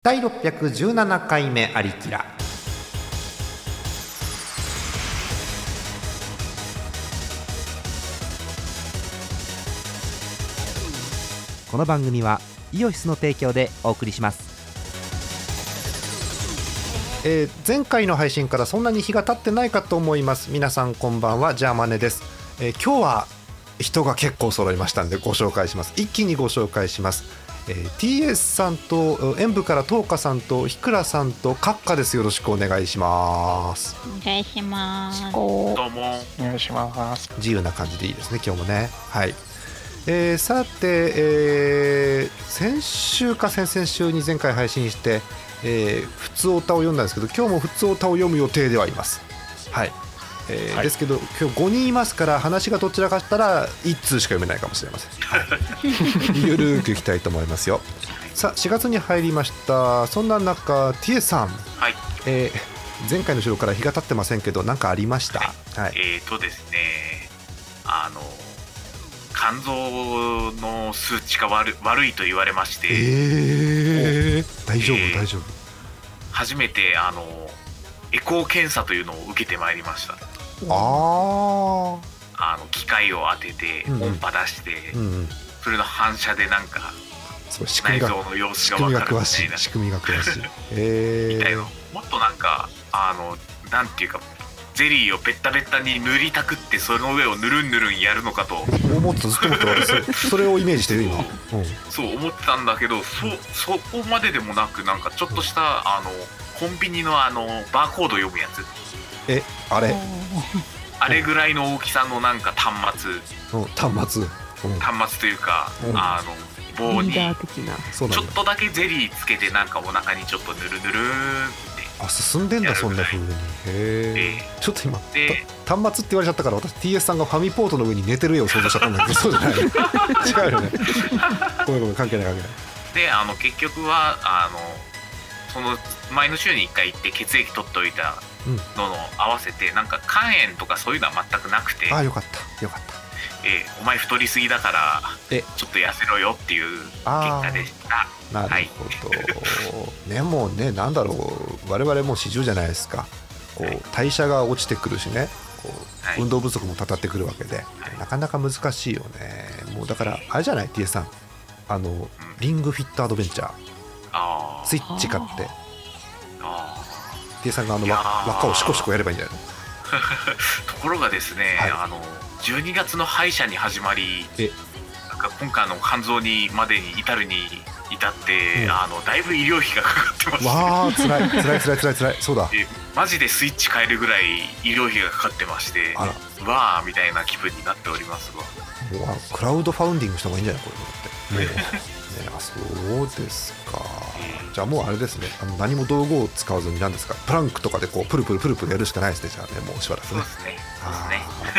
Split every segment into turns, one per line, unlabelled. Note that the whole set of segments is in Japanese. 第617回目ありきらこの番組はイオシスの提供でお送りしますえー前回の配信からそんなに日が経ってないかと思います皆さんこんばんはジャーマネです、えー今日は人が結構揃いましたんでご紹介します一気にご紹介します、えー TS さんとえー演舞から東花さんとひくらさんとカッカですよろしくお願いします
お願いします。
こ
どうも。
うお願いします。
自由な感じでいいですね今日もねはい、えーさて、えー先週か先々週に前回配信して、えー、普通歌を読んだんですけど今日も普通歌を読む予定ではいますはい、えー
はい
ですけど今日5人いますから話がどちらかしたら1通しか読めないかもしれません、 はい、ゆるーくいきたいと思いますよさあ4月に入りましたそんな中 TA さん、
はい。
えー前回の収録から日が経ってませんけど何かありましたはい
えっ、ー、とですね、あの、肝臓の数値が悪悪いと言われまして、
えー、大丈夫
えー
大丈夫、
初めて、あの、エコー検査というのを受けてまいりました。
ああ
あの、機械を当てて、
うんうん
音波出して、
うんうん
それの反射でなんか、
そう仕組
内
みが
臓の様子
仕
が
組み
分
が
かるみ
詳した
いない
仕。組みが詳 しいえ
みたいな
ー、
もっとなんか、あの、なんていうか、ゼリーをベッタベッタに塗りたくって、その上をぬるんぬるんやるのかと。
思ったずっと思って俺それ それをイメージしてる今、うん、
そう思ってたんだけどそそこまででもなくなんかちょっとしたあのコンビニのあのバーコード読むやつ
えあれ、
あれぐらいの大きさのなんか端末
うん、端末、うん、
端末というか
うん
あの棒
リ
にち
ーダー的な。
そうな
ょ
ん
っ
だ
とだけゼリーつけてなんかお腹にちょっとぬるぬるーんっ
あ進んでんだそんな風にへえ
え
ちょっと今
てで
た端末って言われちゃったから私 TS さんがファミポートの上に寝てる絵を想像しちゃったんだけどそうじゃ ない違うよねごめんごめん関係ない関係ない
であの結局はあのその前の週に1回行って血液取っておいたのの合わせてなんか肝炎とかそういうのは全くなくて
ああよかったよかった
ええお前太りすぎだから
え
ちょっと痩せろよっていう結
あー
果でした
なるほど、ねもうねなんだろう我々もう四十じゃないですかこ
は
う
い
代謝が落ちてくるしねこう、
はい
運動不足もたたってくるわけで、なかなか難しいよねもうだからあれじゃない TS さんあのリングフィットアドベンチャー
あー
スイッチ買って
あ
TS さんがあの
いや
輪
ー
輪っかをシコシコやればいいんじゃないの
ーところがですね、
はい
あの12月の歯医者に始まり
え
なんか今回の肝臓にまでに至るに至って、
うん
あのだいぶ医療費がかかってます
わあつらいつらいつらいつらいつらいそうだ
えマジでスイッチ変えるぐらい医療費がかかってまして
あら
わあみたいな気分になっておりますわ
もうあのクラウドファウンディングした方がいいんじゃないこれだって。ねねあそうですか。じゃあもうあれですね。あの何も道具を使わずに何ですか。プランクとかでこうプルプルプルプルやるしかないですね。じゃあねもうしばらく
そう
ね
で。すね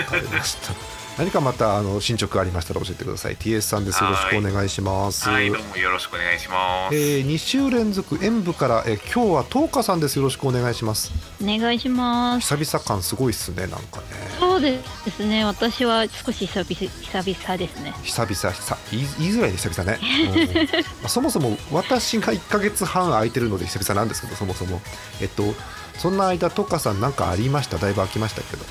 そうです
ああわかり
ね
ました。何かまたあの進捗ありましたら教えてください。T.S. さんです。よろしくお願いします。
はいどうもよろしくお願いします、
えー、2週連続演舞から、えー今日は東花さんですよろしくお願いします
お願いします。
久々感すごいっすねなんかね
そうですね。私は少し久々久々ですね。
久々さ言い言いづらいね久々ね、うんまあそもそも私が1ヶ月半空いてるので久々なんですけどそもそもえっとそんな間トカさんなんかありましただいぶ空きましたけど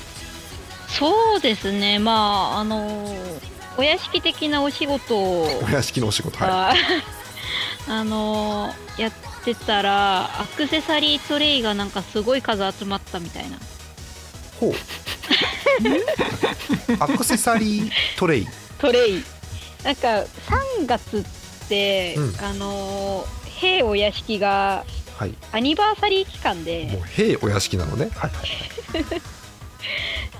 そうですね。まああのお屋敷的なお仕事を
お屋敷のお仕事は
が あのやってたらアクセサリートレイがなんかすごい数集まったみたいな。
いほう アクセサリートレイ
トレイなんか3月って、
うん
あの兵お屋敷が
はい
アニバーサリー期間で
もう兵お屋敷なのねはいはい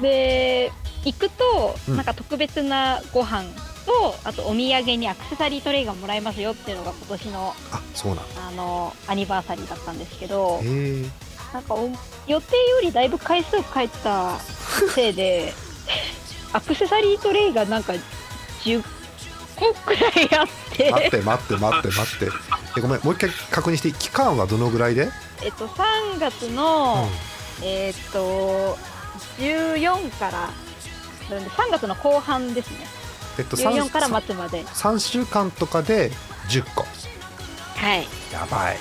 で行くと、
うん
なんか特別なご飯とあとお土産にアクセサリートレイがもらえますよっていうのが今年の
あそうなんだ
あのアニバーサリーだったんですけど
へえ
なんかお予定よりだいぶ回数変えたせい でアクセサリートレイがなんか10個くらいあって
待って待って待って待ってえごめんもう一回確認していい期間はどのぐらいで、
えっと、3月
う
の、
ん
えっと14からなんで3月の後半ですね
えっと
14から末まで
3週間とかで10個
はい
や ばい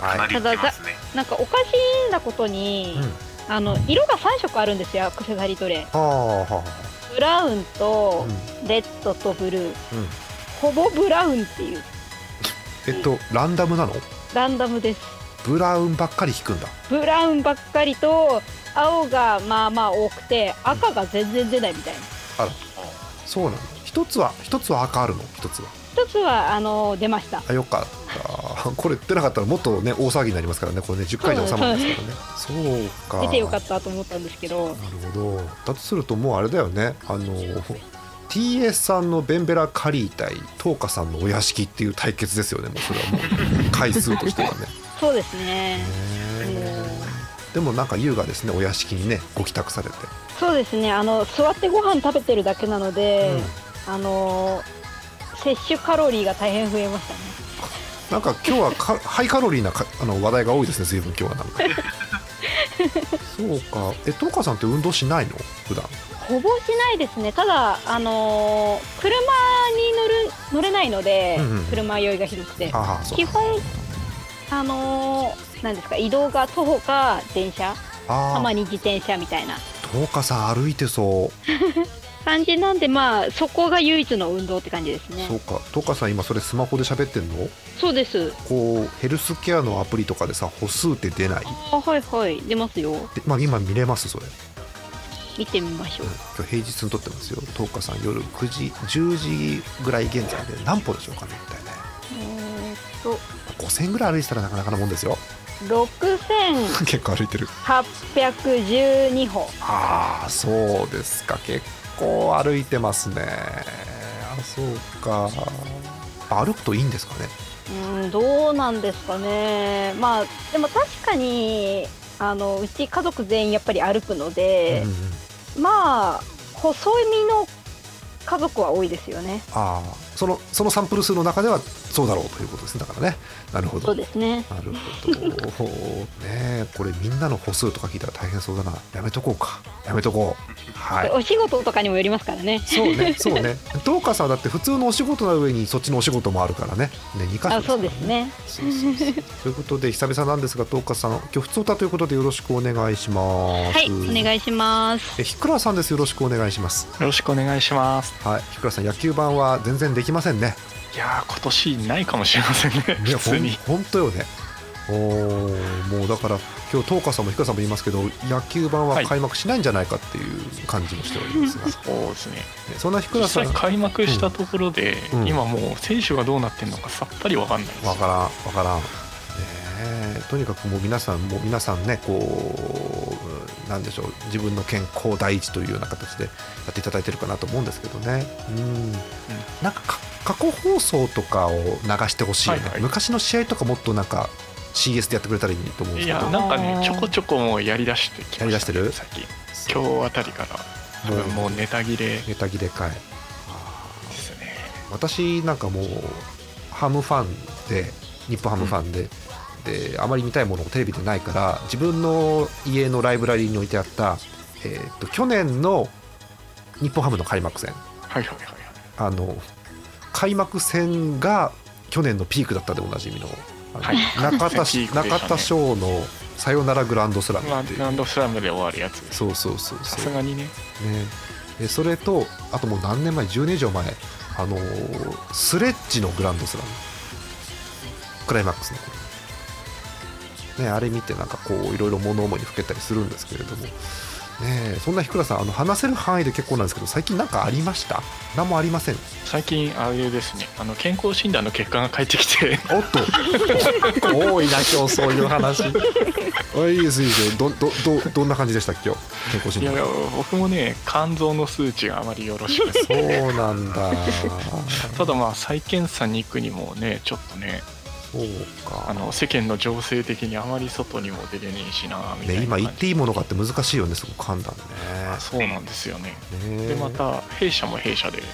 や
かな
ばい、
りいってますね、
なんかおかしいんだことに、
うん、
あの色が3色あるんですよアクセサリートレイ
はあは
ブラウン
あ、
と
うん
レッドとブルー
うん、
ほぼブラウンっていう
えっとランダムなの
ランダムです
ブラウンばっかり引くんだ
ブラウンばっかりと青がまあまあ多くて赤が全然出ないみたいな
そうなの一つは一つは赤あるの一つは
一つはあの出ました
あよかった これ出なかったらもっとね大騒ぎになりますからねこれね10回で収まるんですからねそうか
出てよかったと思ったんですけど
なるほどだとするともうあれだよねあの TS さんのベンベラカリー対東花さんのお屋敷っていう対決ですよねもうそれはも う回数としてはねね
そうですね
えでもなんか優雅ですねお屋敷にねご帰宅されて、
そうですねあの座ってご飯食べてるだけなので、
うん
あの摂取カロリーが大変増えましたね
なんか今日はかハイカロリーなかあの話題が多いですね随分今日は なんかそうかえ東花さんって運動しないの普段
ほぼしないですねただあのー車に乗る乗れないので、
うんうん
車酔いがひどくて
ああそう
基本あのーなんですか移動が徒歩か電車た
あ
ま
あ
に自転車みたいな
東花さん歩いてそう
感じなんでまあそこが唯一の運動って感じですね
そうか東花さん今それスマホで喋ってんの
そうです
こうヘルスケアのアプリとかでさ歩数って出ない
あはいはい出ますよ
で、まあ、今見れますそれ、
見てみましょう
うん今日平日に撮ってますよ東花さん夜9時10時ぐらい現在で何歩でしょうかねみたいな
えーっと
5000ぐらい歩いてたらなかなかなもんですよ 結構歩いてる
6812歩
ああそうですか結構歩いてますねあそうか歩くといいんですかね
うんどうなんですかねまあでも確かにあのうち家族全員やっぱり歩くので
うんう、ん
まあ細身の家族は多いですよね
ああそのそのサンプル数の中ではそうだろうということですねだからねなるほど
そうですね
なるほど ねえこれみんなの歩数とか聞いたら大変そうだなやめとこうかやめとこうはい
お仕事とかにもよりますからね
そうねそうねどうかさんはだって普通のお仕事の上にそっちのお仕事もあるからねね2か所
あそうですね
そうそうそうということで久々なんですがどうかさん今日普通歌ということでよろしくお願いします
はいお
い
願いします
えひくらさんですよろしくお願いします
よろしくお願いします。
はいひくらさん野球版は全然できませんね
いやー今年ないかもしれませんね。
いや
普
ほん
通に。
本当よねおーもうだから今日東花さんも氷川さんも言いますけど野球盤は開幕しないんじゃないかっていう感じもしておりますが、
そうですね。
ねそんな氷
実
川さん
際
わ
開幕したところで、
うんうん
今もう選手がどうなってるのかさっぱりわかんないです。
からんわからん、ねえ、とにかくもう皆さんもう皆さんねこうなんでしょう自分の健康第一というような形でやっていただいてるかなと思うんですけどねうんなんかか過去放送とかを流してほしいよね、
はいはい
昔の試合とかもっとなんか CS でやってくれたらいいと思うんですけ
い
ど
やなんかねちょこちょこもうやりだしてきました、ね。
やりだしてる
最近。今日あたりから多分もうネタ切れで
ネタ切れかい
すね。
私なんかもうハムファンで日本ハムファンで,、であまり見たいものもテレビでないから自分の家のライブラリーに置いてあった、えー、と去年の日本ハムの開幕戦
はいはいはいはい。
あの開幕戦が去年のピークだったでおなじみのあの
はい
中田
ピークでしたね
中田翔のさよならグランドスラム
ま
っ
あ
ていう、
ランドスラムで終わるやつ。
そうそうそうそ
さ
う
すがにね。
ね、でそれとあともう何年前10年以上前、あのースレッジのグランドスラムクライマックスの、ね、あれ見てなんかこういろいろ物思いにふけたりするんですけれども、ねえ、そんなひくらさんあの話せる範囲で結構なんですけど最近何かありました何もありません
最近あれですね。あの健康診断の結果が返ってきて。
おっと 多いな今日そういう話あいいですいいですよどどどどんな感じでした今日健康診
いや
断
いや僕もね肝臓の数値があまりよろしくて
そうなんだ
ただまあ再検査に行くにもねちょっとね
そうか
あの世間の情勢的にあまり外にも出れねえしなみたい
ね、
な
今
感じ
言っていいものかって難しいよねすごく判断
そうなんですよね
ねね
でまた弊社も弊社で
う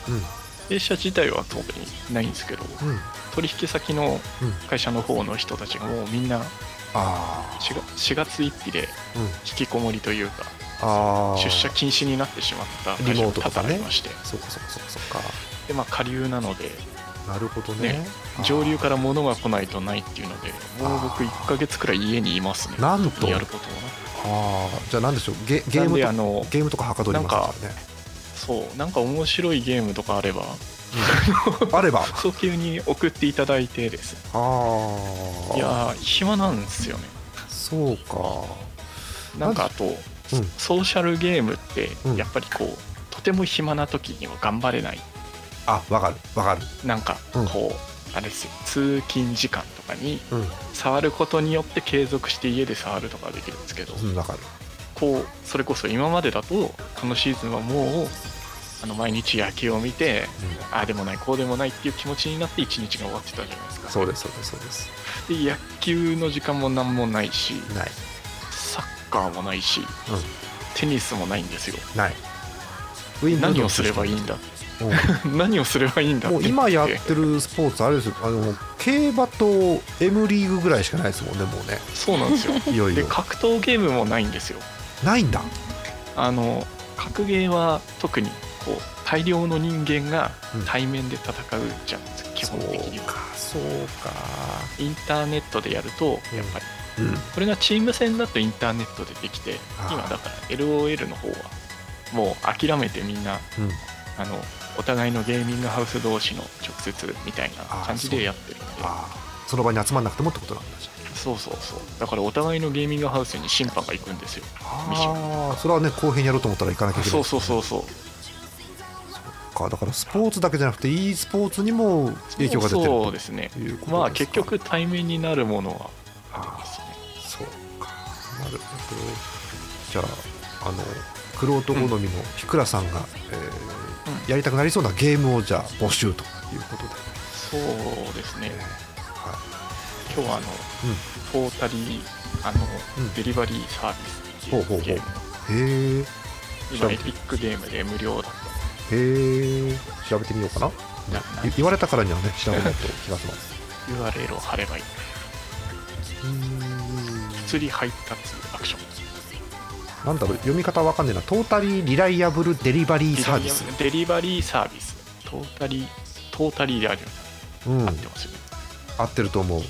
弊社自体は特にないんですけど
んうん
取引先の会社の方の人たちがもうみんな
あ
4, 4月1日で
ーうん
引きこもりというか
あー
出社禁止になってしまった会
リ
社
モ
も
ートと
多
か
々
ね
ありまして
そうかそうかそうかそうか
でまあ下流なので
なるほどね
ね上流から物が来ないとないっていうのでもう僕1ヶ月くらい家にいますね
なんと
やることは
あーじゃあ何でしょうゲゲー
なん
ム
で
と
あの
ゲームとかはかどりますからね
そうなんか面白いゲームとかあれば
あれば
早急に送っていただいてですね
ああ
いやー暇なんですよね
そうか
なんかあと、
うん
ソーシャルゲームって
うん
やっぱりこう、とても暇な時には頑張れない
あわかるわかる
なんか
う
こ
ん
う、あれですよ通勤時間とかに
うん
触ることによって継続して家で触るとかできるんですけど、
うんわかる
こうそれこそ今までだとこのシーズンはもうあの毎日野球を見てああでもないこうでもないっていう気持ちになって一日が終わってたじゃないですか
そうですそうですそうです
で野球の時間も何もないし
ない
サッカーもないし、テニスもないんですよ
ないウィンブル
何
ドン
をすればいいんだ
う
何をすればいいんだ
ん
って
もう今や
言
ってるスポーツあれですよあの競馬と M リーグぐらいしかないですもんねもうね
そうなん ですよ
いよい
で
よ
格闘ゲームもないんですよ
ないんだ
あの格ゲーは特にこう大量の人間が対面で戦うじゃん、基本的に
そう
は
かそうか
インターネットでやるとやっぱり
うん
これがチーム戦だとインターネットでできて
あー
今だから LOL の方はもう諦めてみんな
うん
あのお互いのゲーミングハウス同士の直接みたいな感じでやってるんで
ああその場に集まんなくてもってことなんだじゃ
そうそうそうだからお互いのゲーミングハウスに審判が行くんですよミッショ
ああーそれはね公平にやろうと思ったら行かなきゃいけな
そ
いう
そうそうそう
かだからスポーツだけじゃなくて e スポーツにも影響が出てる
そう
と
ですね
いうことですか
まあ結局対面になるものはあり
あ
ますね
ーそうかなるほどじゃああのくろうと好みのひくらさんが、えー
う
やりたくなりそうなゲームをじゃあ募集ということで、
そうですね
えーはい
今日はあの、
うん
ポータリーあの、
うん
デリバリーサービスって
ほうほう
い
ほ
う
う
ゲー
へ
ム
え
今エピックゲームで無料だった
へえ調べてみようかな
な
言言われたからにはね調べないと気がします
URL を貼ればいいう
ーん
釣り配達アクション
なんだろう読み方わかんねえなトータリーリライアブルデリバリーサービス
デリバリーサービストータリートータリーであるよ
うん
合ってますよね
合ってると思う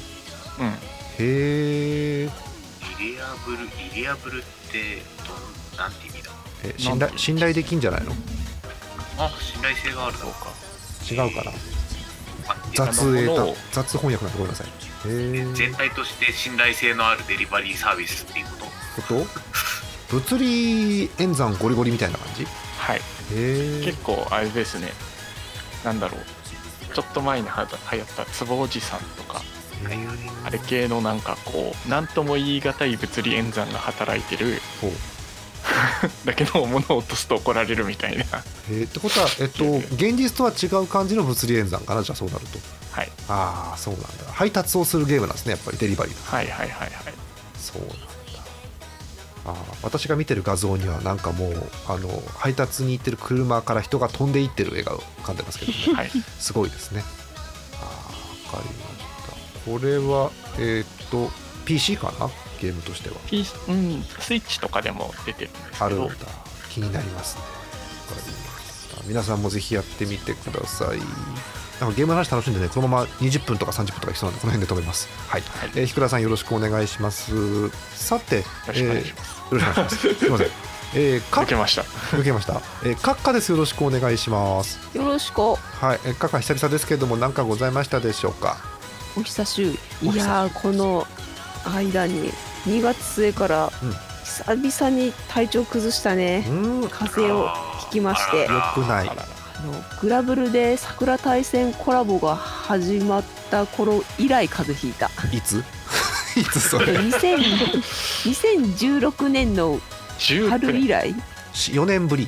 うん、
へー
イリアブルイリアブルってどんなんて意味だ
え信頼信頼できんじゃないの
あ信頼性がある
そうか
違うかな
あ
雑英
あの
単
もう
雑翻訳なんてごめんなさいへー
全体として信頼性のあるデリバリーサービスっていうこと
こと物理演算ゴリゴリみたいな感じへ
はい
え
結構あれですねなんだろうちょっと前に流行った流行ったつぼおじさんとかあれ系のなんかこう何とも言い難い物理演算が働いてる
ほう
だけど物を落とすと怒られるみたいな
へーってことは、えっと、現実とは違う感じの物理演算かなじゃあそうなると
はい
ああそうなんだ配達をするゲームなんですねやっぱりデリバリーだ
はいはいはいはい
そうなんだあー私が見てる画像にはなんかもうあの配達に行ってる車から人が飛んでいってる映画を浮かんでますけど、ね、
はい、
すごいですねあーわかりましたこれはえーっと PC かなゲームとしては
P うん、スイッチとかでも出てるんです
あ
け
るん
ど
だ気になりますねわかりました皆さんもぜひやってみてくださいなんかゲームの話楽しんでねこのまま20分とか30分とかいきそうなんでこの辺で止めますはい、
い
えーひくらさんよろしくお願いしますさてよ
よろしくお願いします、
よろしくお願いします。すみません。えー、か
受けました
受けました。えー、閣下です。よろしくお願いします。
よろしくお
はい、えー、閣下久々ですけれども、何かございましたでしょうか。
久しぶ
お
り
久しぶり
いやーこの間に2月末から
うん
久々に体調崩した
う
ね
ーん、よ
風邪をひきまして
あ
くな
あ
い
ら。ら
あのグラブルで桜大戦コラボが始まった頃以来風邪ひ いた
いつ。いつそ
で
れ。
2000 2016年の
10くら
春以
い
来
し四年ぶり。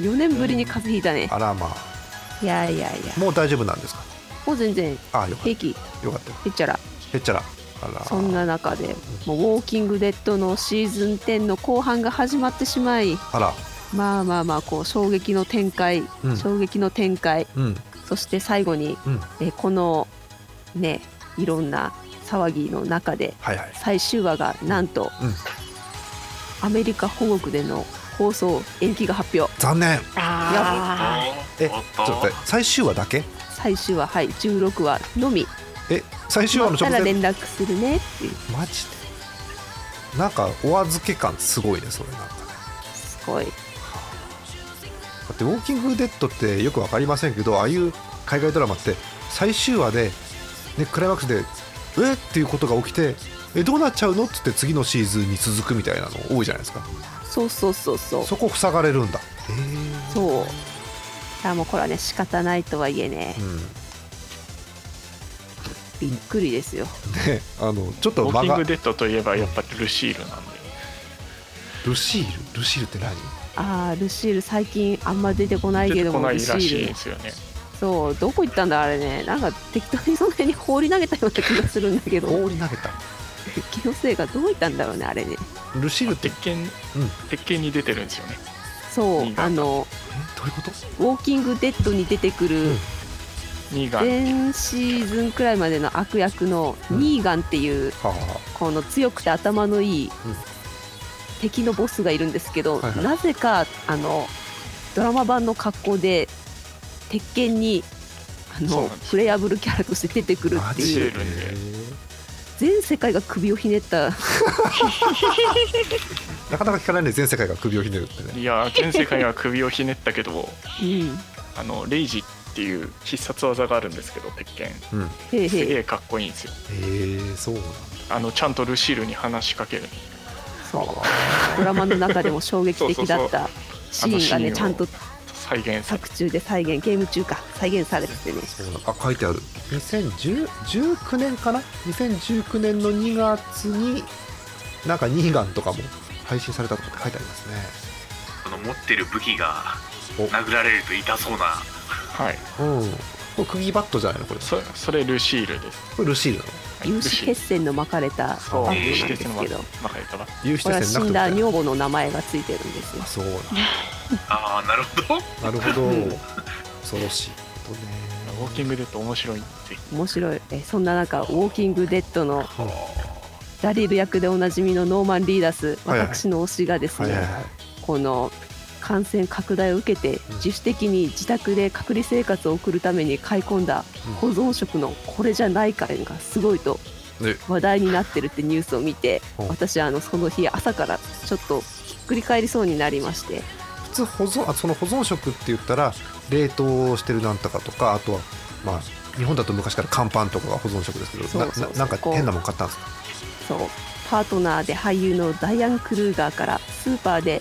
4年ぶりに風邪ひいたね
あら、まあ、
いやいやいや
もう大丈夫なんですか。
もう全然
あ、よかっ
平気
た。よかったよ。
へっちゃら
へっちゃら。あら。
そんな中でもうウォーキングデッドのシーズン10の後半が始まってしまい
あら。
まあまあまあこう衝撃の展開、
うん
衝撃の展開
うん。
そして最後に、
うん
えーこのねいろんな騒ぎの中で
はいはい。
最終話がなんと、
うん
アメリカ保国での放送延期が発表
残念。
あーおっと
え、ちょっと待って、最終話だけ。
最終話はい16話のみ
え最終話の
終わ
直
ったら
前
連絡するねっていう
マジでなんかお預け感すごいねそれなんかね
すごい
だって「ウォーキング・デッド」ってよく分かりませんけどああいう海外ドラマって最終話で、ね、クライマックスで「えっ?」ていうことが起きて「えどうなっちゃうの?」っつって次のシーズンに続くみたいなの多いじゃないですか
そうそうそうそう
そこ塞がれるんだえ
そうあもうこれはね仕方ないとはいえね
えうん
びっくりですよ
ねあのちょっ
ウ
と
ォー
間
キン
が
グデッドといえばやっぱルシールなんで
ルシールルシールって何
あールシール最近あんま出てこないけ
出て
ど
こ
も
ない
ル
ら
シ
しいん
ー
で
ル
すよね
そうどこ行ったんだあれねなんか適当にその辺に放り投げたような気がするんだけど
放り投げた
気のせいがどういったんだろうねあれね
ルシールって
鉄拳、
うん
鉄拳に出てるんですよね
そう
新潟
あの
えどういうこと
ウォーキングデッドに出てくる
うん
ニーガン
前シーズンくらいまでの悪役のニーガンっていう
はあは
この強くて頭のいい
うん
敵のボスがいるんですけど、
はいはい
なぜかあのドラマ版の格好で鉄拳にあ
そう
の
なんです
プレイアブルキャラとして出てくる
あ
っ
マ
て
ジ
いう
で
出てるんで
全世界が首をひねった
なかなか聞かないね全世界が首をひねるってね
いや全世界が首をひねったけど
うん
あのレイジっていう必殺技があるんですけど鉄拳
うん
へい
す
へい
げえかっこいいんですよ
ええそうなんだ
あのちゃんとルシールに話しかける
そうドラマの中でも衝撃的 だったシーンが
あのシーンを
ねちゃんと
再現され
作中で再現ゲーム中か再現されててね
そうなんあ書いてある2019年かな2019年の2月になんかニーガンとかも配信されたとかって書いてありますね
その持ってる武器が
お
殴られると痛そうな
はい
うんこれ釘バットじゃないのこれ
そそれルシールです、
これルシールなの
はい、
有志
ル
決戦の巻かれた
そ
そうう
あ
バ
え
ッ
ー
グなん
指定
です
戦の
けど
中にいたば
有
こ
刺
れは
鉄
死
線なく
ん
てみ
だ
たいな
女房の名前がついてるんですよ
あそうなん
ああなるほど
なるほど
うん
恐ろしいことね
ウォーキングデッド面白いって
面白いえそんな中ウォーキングデッドの
うん
ダリル役でおなじみのノーマン・リーダス
はいはい
私の推しがです
はい
ね、
はいはい
この感染拡大を受けて
うん
自主的に自宅で隔離生活を送るために買い込んだ
うん
保存食のこれじゃない感がすごいと
え
話題になってるってニュースを見て
うん
私あのその日朝からちょっとひっくり返りそうになりまして
普通保存あその保存食って言ったら冷凍してるなんとかとかあとはまあ日本だと昔から乾パンとかが保存食ですけど
そうそうそう
なななんか変なもん買ったんですか
そうパートナーで俳優のダイアン・クルーガーからスーパーで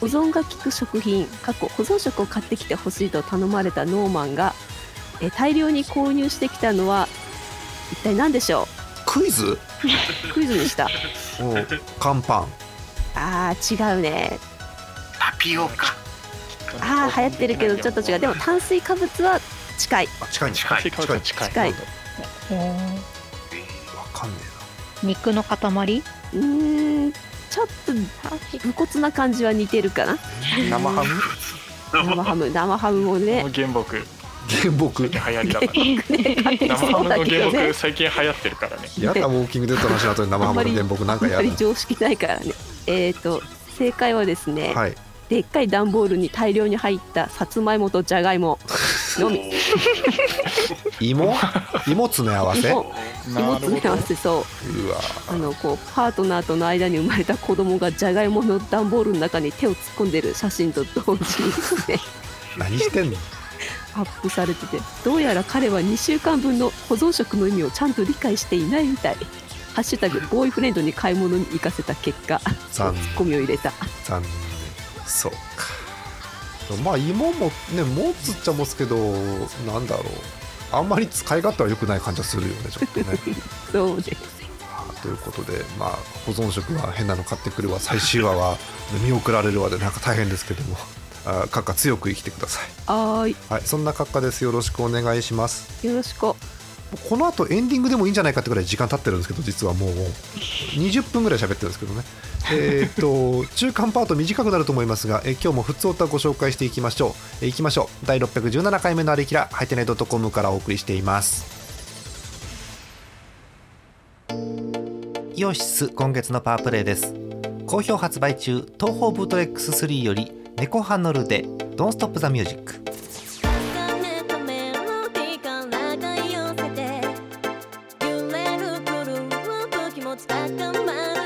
保存が効く食品過去保存食を買ってきてほしいと頼まれたノーマンがえー大量に購入してきたのは一体何でしょ
クイズ
うクイズにした
うん乾パン
あー違うね
タピオカ
あー流行ってるけどちょっと違うでも炭水化物は近い
あ近いんですか
近い
近い近い
近い
へ
えー
わかんね
ー肉の塊
うーんちょっと無骨な感じは似てるかな
生ハム
生ハム生ハムもね
の原木
えな原木
流行りだから生ハ
そう
ムの
だ
原
けどね
木最近流行ってるからね
やだウォーキングデッドの話の後に生ハムの原木なんか
やっ
や
ぱ
る
り常識ないからねえー、と正解はですね、
はい
でっかい段ボールに大量に入ったさつまいもとじゃがいも のみ
芋芋詰め合わせう
芋
わ
芋詰め合わせそうあのこうパートナーとの間に生まれた子供がじゃがいもの段ボールの中に手を突っ込んでる写真と同時にですね
何してんの
アップされててどうやら彼は2週間分の保存食の意味をちゃんと理解していないみたい「ハッシュタグボーイフレンドに買い物に行かせた結果ツ
残念
ッコミを入れた
残念そうかまあ芋もね持つっちゃ持つけどなんだろうあんまり使い勝手は良くない感じはするよねちょっとね
そうで
あーということでまあ保存食は変なの買ってくるわ最終話は見送られるわでなんか大変ですけどもあー閣下強く生きてください
はーい
はい、そんな閣下です。よろしくお願いします。
よろしく
この後エンディングでもいいんじゃないかってぐらい時間経ってるんですけど、実はもう20分ぐらい喋ってるんですけどね。えーっと中間パート短くなると思いますが、え今日も普通歌ご紹介していきましょう。え行きましょう。第617回目のあれきら、ハイテナドットコムからお送りしています。イオシス今月のパワープレイです。好評発売中、東方ブートレックス3より猫ハンノルでドンストップザミュージック。
重ねたメロディーから持ち高まる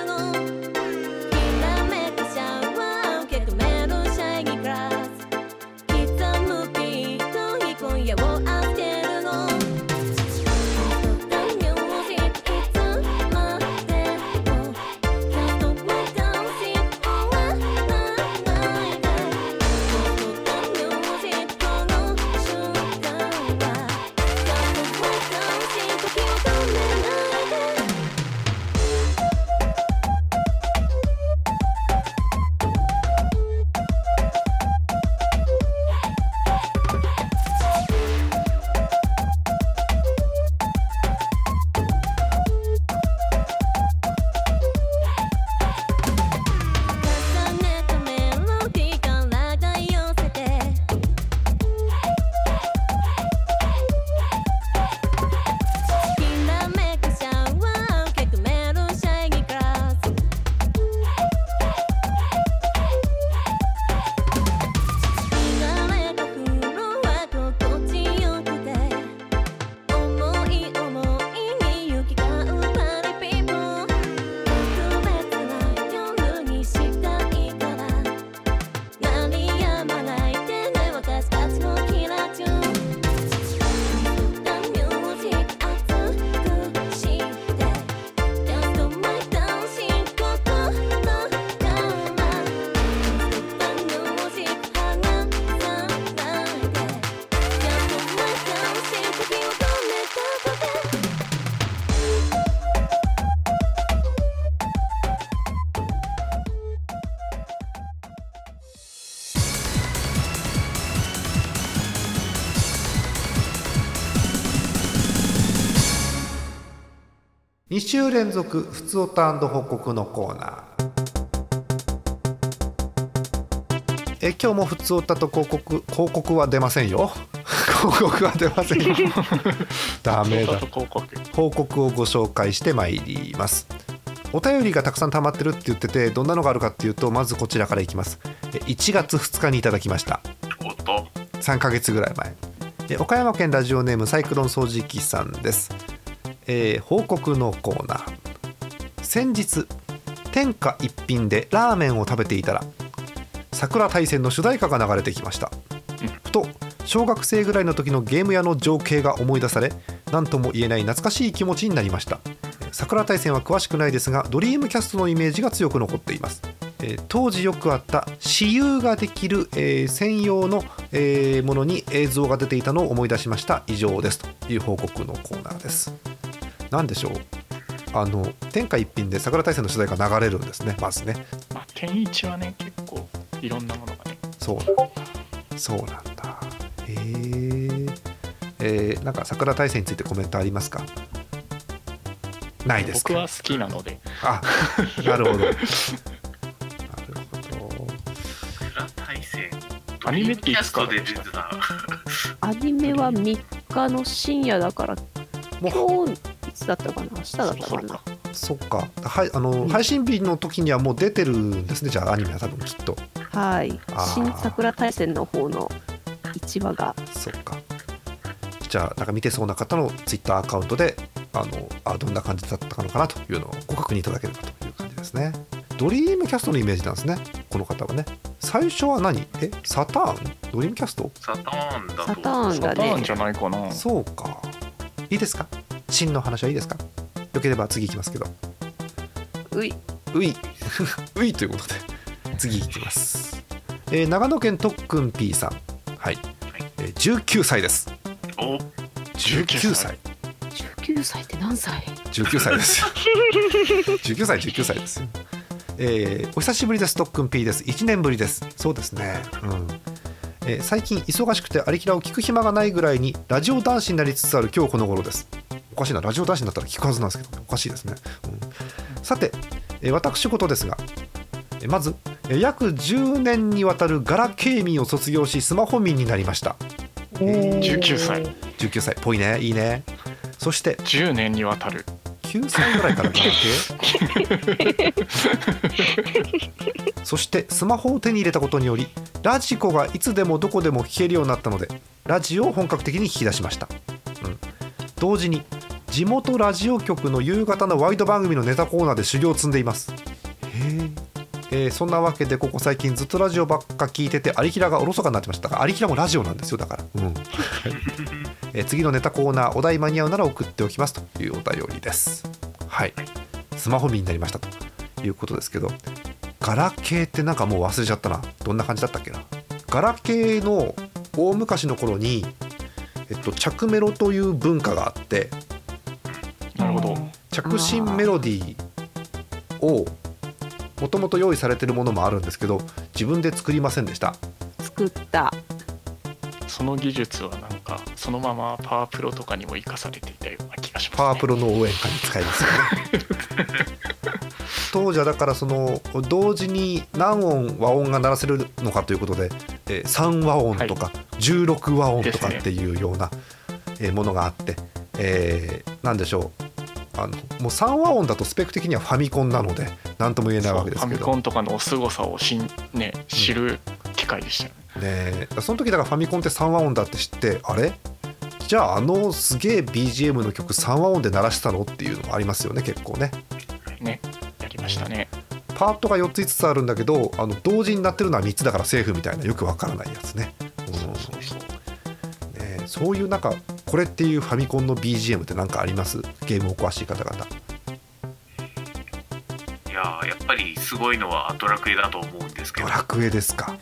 のきらめくシャワー受け止めるシャイニーグラス刻むビートに今夜を預けるの The music is on my tempo Can't stop me dancing all night The music この瞬間は Can't stop me dancing 時を止めないで重ねたメロディーから寄せてきらめくシャワー受け止めるシャイニーグラス流れた風呂は心地よくて思い思いに行き交うパリピーポー「特別な夜にしたいから」「鳴り止まないでね私たちのキラチュン」「ダミュージック熱くして」「ジャストマイダンシング心のま」「ダミュージック離さないで」「ジャストマイダンシング時を止めたこと」
2週連続「ふつおた報告」のコーナーえ今日も「ふつおた」と広告広告は出ませんよ 広告は出ませんよダメだ
ちょっと広告
報告をご紹介してまいりますお便りがたくさん溜まってるって言っててどんなのがあるかっていうとまずこちらからいきますえ1月2日にいただきました
おっと
3ヶ月ぐらい前え岡山県ラジオネームサイクロン掃除機さんです、えー報告のコーナー先日天下一品でラーメンを食べていたら桜大戦の主題歌が流れてきました
うん
ふと小学生ぐらいの時のゲーム屋の情景が思い出され何とも言えない懐かしい気持ちになりました桜大戦は詳しくないですがドリームキャストのイメージが強く残っていますえー当時よくあった私有ができる、えー専用の、えーものに映像が出ていたのを思い出しました以上ですという報告のコーナーです何でしょうあの天下一品で桜大戦の取材が流れるんですねまずね
まあ、天一はね結構いろんなものがね
そうそうなんだへーえーなんか桜大戦についてコメントありますかないですか
僕は好きなので
あなるほど なるほど
桜大戦
アニメってい
キャ
つ
ス
か
ト
ら
で
で
出
してた
た
アニメは3日の深夜だから
もう
今日いつだったかな明日だった
そろそ
か
ろ
な
か
そっか、はい、あの、
ん
配信日の時にはもう出てるんですね。じゃあアニメは多分きっと。
はい
あー
新桜大戦の方の1話が
そっか。じゃあなんか見てそうな方のツイッターアカウントで、あのあどんな感じだったのかなというのをご確認いただければという感じですね。ドリームキャストのイメージなんですね。この方はね。最初は何？え、サターン？ドリームキャスト？
サターンだと
サターン
サ
が
ターン
ね
じゃないかな
そうか。いいですか？真の話はいいですか？よければ次行きますけど。
う
いういういということで次いきます、えー長野県特訓 P さんはい、えー19歳です
お
19歳
19歳って何歳
19歳ですよ 19歳19歳ですよえーお久しぶりです特訓 P です1年ぶりですそうですねうんえー最近忙しくてありきらを聞く暇がないぐらいにラジオ男子になりつつある今日この頃ですおかしいなラジオ男子になったら聞くはずなんですけどおかしいですね、うんさて、えー私事ですが、えーまず、えー約10年にわたるガラケー民を卒業しスマホ民になりました
19歳
19歳ぽいねいいねそして
10年にわたる
9歳ぐらいからガラケーそしてスマホを手に入れたことによりラジコがいつでもどこでも聴けるようになったのでラジオを本格的に聞き出しました、うん、同時に地元ラジオ局の夕方のワイド番組のネタコーナーで修行を積んでいますえーそんなわけでここ最近ずっとラジオばっか聞いててアリキラがおろそかになってましたがアリキラもラジオなんですよだから、うんえー次のネタコーナーお題間に合うなら送っておきますというお便りですはいスマホ見になりましたということですけどガラケーってなんかもう忘れちゃったなどんな感じだったっけなガラケーの大昔の頃に、えっと、着メロという文化があって
なるほど。
着信メロディーをもともと用意されてるものもあるんですけど自分で作りませんでした
作った
その技術はなんかそのままパワープロとかにも生かされていたような気がします、ね。
パワープロの応援歌に使いますよね 当時はだからその同時に何音和音が鳴らせるのかということで、えー3和音とか16和音とかっていうようなえーものがあって、えーなんでしょうあのもう3和音だとスペック的にはファミコンなので何とも言えないわけです
フ
け
ァミ
ど
コンとかの凄さをしんね知る機会でしたよね。
ねえその時だからファミコンって3和音だって知ってあれじゃああのすげえ BGM の曲3和音で鳴らしてたのっていうのもありますよね結構ね
ねやりましたね。
パートが4つ5つあるんだけどあの同時になってるのは3つだからセーフみたいなよくわからないやつね,、うん
そうそうそう。
ねえそういうなんかこれっていうファミコンの BGM ってなんかありますゲームお詳しい方々
いやーやっぱりすごいのはドラクエだと思うんですけ
ド
ど
ラクエですか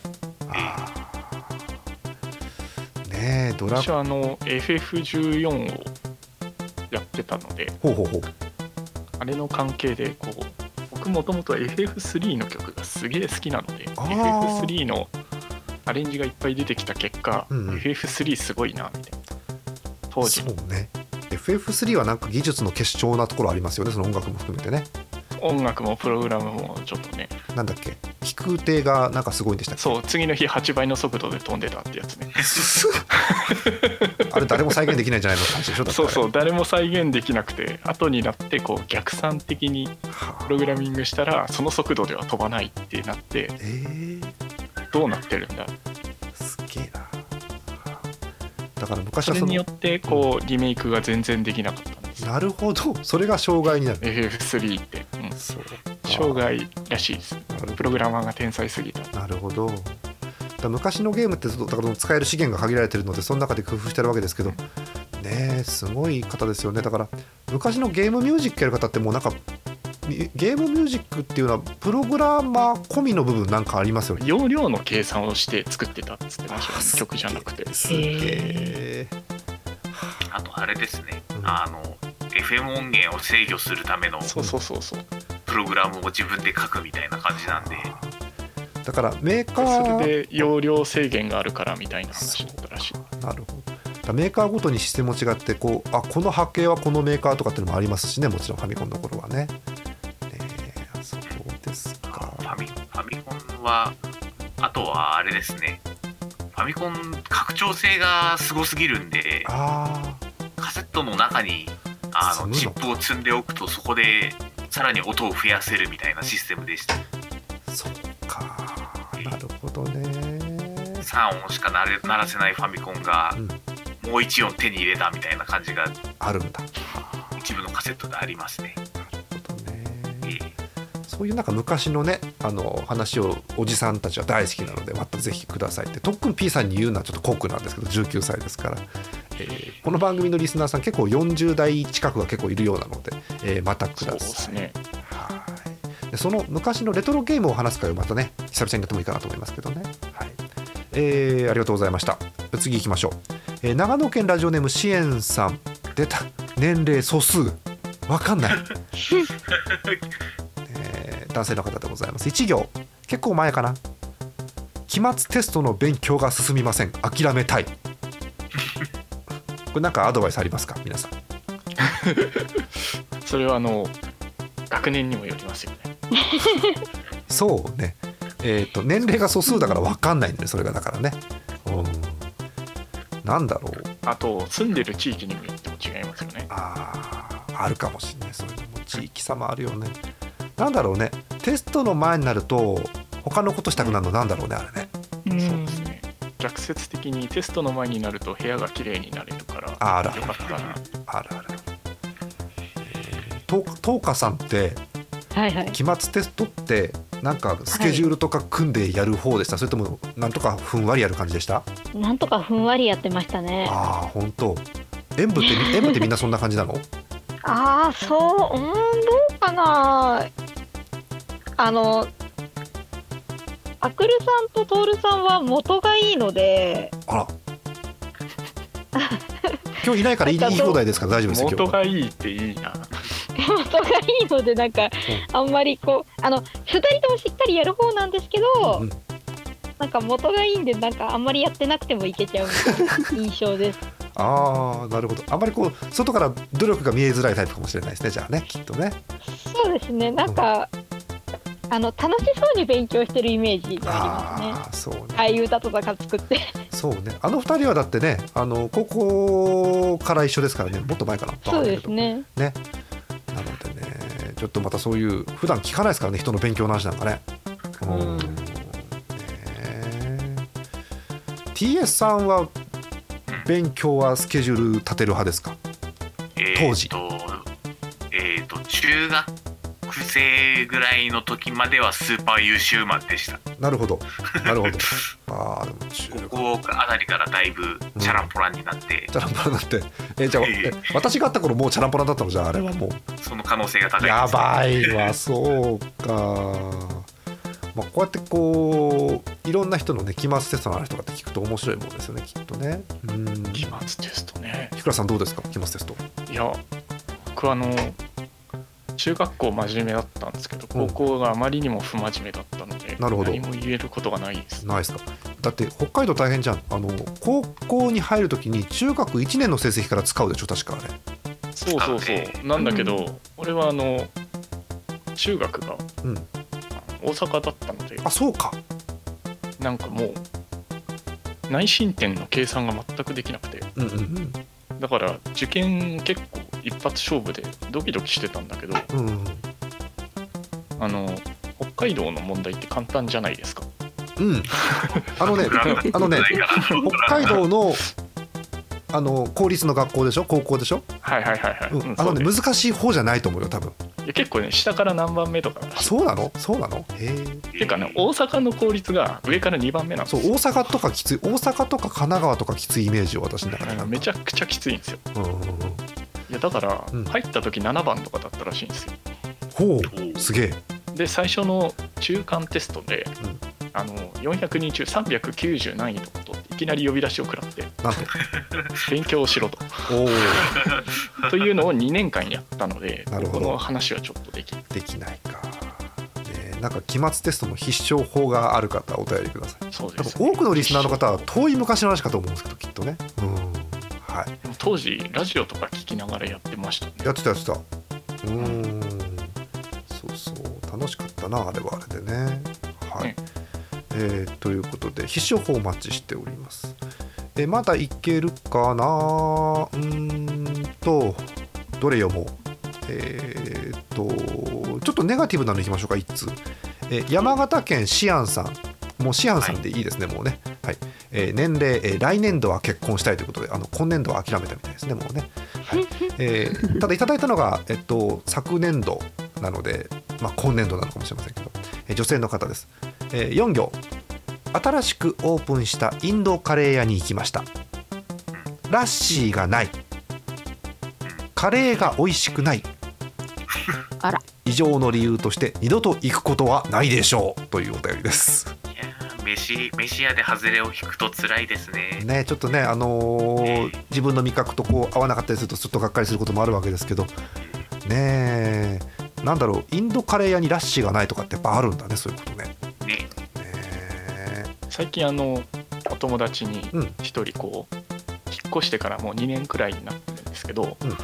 あーねえドラ
私はあの FF14 をやってたので
ほうほうほう
あれの関係でこう僕もともと FF3 の曲がすげえ好きなので
あー
FF3 のアレンジがいっぱい出てきた結果、
うんうん
FF3 すごいなみたいな当時
そうね FF3 はなんか技術の結晶なところありますよねその音楽も含めてね
音楽もプログラムもちょっとね
なんだっけ飛空艇がなんかすごいんでしたっけ
そう次の日8倍の速度で飛んでたってやつね
あれ誰も再現できないんじゃないのって話でしょだってあ
そう
れ
そう誰も再現できなくて後になってこう逆算的に
は
プ
あ
ログラミングしたらその速度では飛ばないってなって
えー、
どうなってるんだ
すっげえなはあだから昔
そ
は
れ
そ
に
の
よってこうリメイクが全然できなかったんです
なるほどそれが障害になる
FF3 って、うん
そうか
生涯らしいです
なるほ
プログラマーが天才すぎた
どなるほどだから昔のゲームってそうだから使える資源が限られてるのでその中で工夫してるわけですけどねえすごい方ですよねだから昔のゲームミュージックやる方ってもうなんかみゲームミュージックっていうのはプログラマー込みの部分なんかありますよね
容量の計算をして作ってたっつってましたよね
あ
曲じゃなくて
すげえ
あとあれですね、
うん
あの FM 音源を制御するための
そうそうそうそう
プログラムを自分で書くみたいな感じなんで
だからメーカー
それで容量制限があるからみたいな話だったらしい
なるほどだからメーカーごとにシステムも違ってこうあこの波形はこのメーカーとかっていうのもありますしねもちろんファミコンの頃はねねえそうです
フ
か
ァミファミコンはあとはあれですねファミコン拡張性がすごすぎるんで
あー
カセットの中にあ
そうなの
のチップを積んでおくとそこでさらに音を増やせるみたいなシステムでした
そうかなるほどね
3音しか鳴れ鳴らせないファミコンが
うん
もう1音手に入れたみたいな感じが
あるんだな
一部のカセットでありますね、
るほど
え
ね
え
そういうなんか昔のねあの話をおじさんたちは大好きなのでまたぜひくださいって特訓 P さんに言うのはちょっと酷なんですけど19歳ですから、えーこの番組のリスナーさん結構40代近くが結構いるようなので、えーまたく
そう
だ
で
さ
す
い
ね
はいでその昔のレトロゲームを話す会をまたね久々にやってもいいかなと思いますけどね、はいえーありがとうございました次行きましょう、えー長野県ラジオネーム支援さん出た年齢素数わかん ない、えー男性の方でございます1行結構前かな期末テストの勉強が進みません諦め たいこれなんかアドバイスありますか皆さん
それはあの学年にもよりますよね
そうね。えっ、と年齢が素数だから分かんないんだよそれがだからね。うん。なんだろう。
あと住んでる地域にもよっても違いますよね
あああるかもしれない。そういうのも地域差もあるよね。なんだろうね。テストの前になると他のことしたくなるのなんだろうねあれね。
うん
そうですね逆説的にテストの前になると部屋が綺麗になれるから
ああるあ
よ
る
かったな
あるある。ととうかさんって
はいはい。
期末テストってなんかスケジュールとか組んでやる方でした、それともなんとかふんわりやる感じでした
なんとかふんわりやってましたね。
ああ本当演舞ってみ演舞ってみんなそんな感じなの
ああ、そう、うーん、どうかな。あの。アクルさんとトールさんは元がいいので。
あら今日いないから言い言い放題ですから大丈夫ですよ今
元
日
がいいっていいな
元がいいので、なんか、あんまりこう、あの、二人ともしっかりやる方なんですけど。
うんうん
なんか元がいいんで、なんかあんまりやってなくてもいけ ちゃう印象です。
ああなるほどあまりこう外から努力が見えづらいタイプかもしれないですねじゃあねきっとね
そうですね、なんか、あの、楽しそうに勉強してるイメージがありますね。
ああそうね
替え歌とか作って。
そうねあの二人はだってねあの高校から一緒ですからねもっと前かな
そうですね。
ねなのでねちょっとまたそういう普段聞かないですからね人の勉強の話なんかねうん
うん
ねえ TS さんは勉強はスケジュール立てる派ですか当時
えーっとえーっと中学生ぐらいの時まではスーパー優秀マンでした
なるほどなるほどああでも中
ここあたりからだいぶチャランポランになって、
チャランポラだってえじゃあえ私が会った頃もうチャランポラだったのじゃああれはもう
その可能性が高いです
やばいわ そうか、まあ、こうやってこういろんな人のね期末テストの話とかって聞くと面白いもんですよねきっとねうん
期
ひ
末テストね
くらさんどうですか期末テスト
いや僕あの中学校真面目だったんですけど
う
高
ん
校があまりにも不真面目だったので、
なるほど
何も言えることがないです
ないですかだって北海道大変じゃんあの高校に入るときに中学1年の成績から使うでしょ確かあれ
そうそうそ
あえ
うなんだけど、俺はあの中学が
うん
大阪だったので
あそうか
なんかもう内申点の計算が全くできなくて
うんうん
だから受験結構一発勝負でドキドキしてたんだけど
うんうん
あの北海道の問題って簡単じゃないですか
うんうんあのねあのね
ないから
北海道のあの公立の学校でしょ高校でしょ、
はいはいはいはい、
うん
うん
あ
そ
の
う
ね
ね
難しい方じゃないと思うよ多分
いや結構ね下から何番目とか
あそうなのそうなのへえ
てかね大阪の公立が上から2番目なんです
そう
よ
大阪とかきつい大阪とか神奈川とかきついイメージを私の中で
うんめちゃくちゃきついんですよ
うんうんうん
いやだから
うん
入った時7番とかだったらしいんですよ
ほ
おー
うすげえ
で最初の中間テストで、あの400人中390何位とかとっていきなり呼び出しを食ら って
なん て
勉強を しろと
おお
というのを2年間やったので
なるほ
こ
ど
の話はちょっとできる
できないか、ねえ、なんか期末テストの必勝法がある方お便りください
そう
多
です
分多くのリスナーの方は遠い昔の話かと思うんですけどきっとねうんはい
でも当時ラジオとか聞きながらやってましたね
やってたやってたうーんそうそう楽しかったなあれはあれでねはい、
ね
えーということで必勝法をマッチしておりますえーまだいけるかなうーんとどれ読もうえーっとちょっとネガティブなのいきましょうか1通、えー山形県シアンさんもうシアンさんでいいですね、もうね、はいえー年齢、えー来年度は結婚したいということであの今年度は諦めたみたいですねもうね、はいえーただいただいたのが、えっと、昨年度なので、まあ、今年度なのかもしれませんけど、えー女性の方です、え4行新しくオープンしたインドカレー屋に行きましたラッシーがないカレーが美味しくない
あら
以上の理由として二度と行くことはないでしょうというお便りです。
いやー飯飯屋で外れを引くと辛いですね
ねちょっとねあのー自分の味覚とこう合わなかったりするとちょっとがっかりすることもあるわけですけどねえなんだろうインドカレー屋にラッシーがないとかってやっぱあるんだねそういうことね。ね
ね
え
最近あのお友達に
うん
一人こう引っ越してからもう2年くらいになってるんですけど、
うん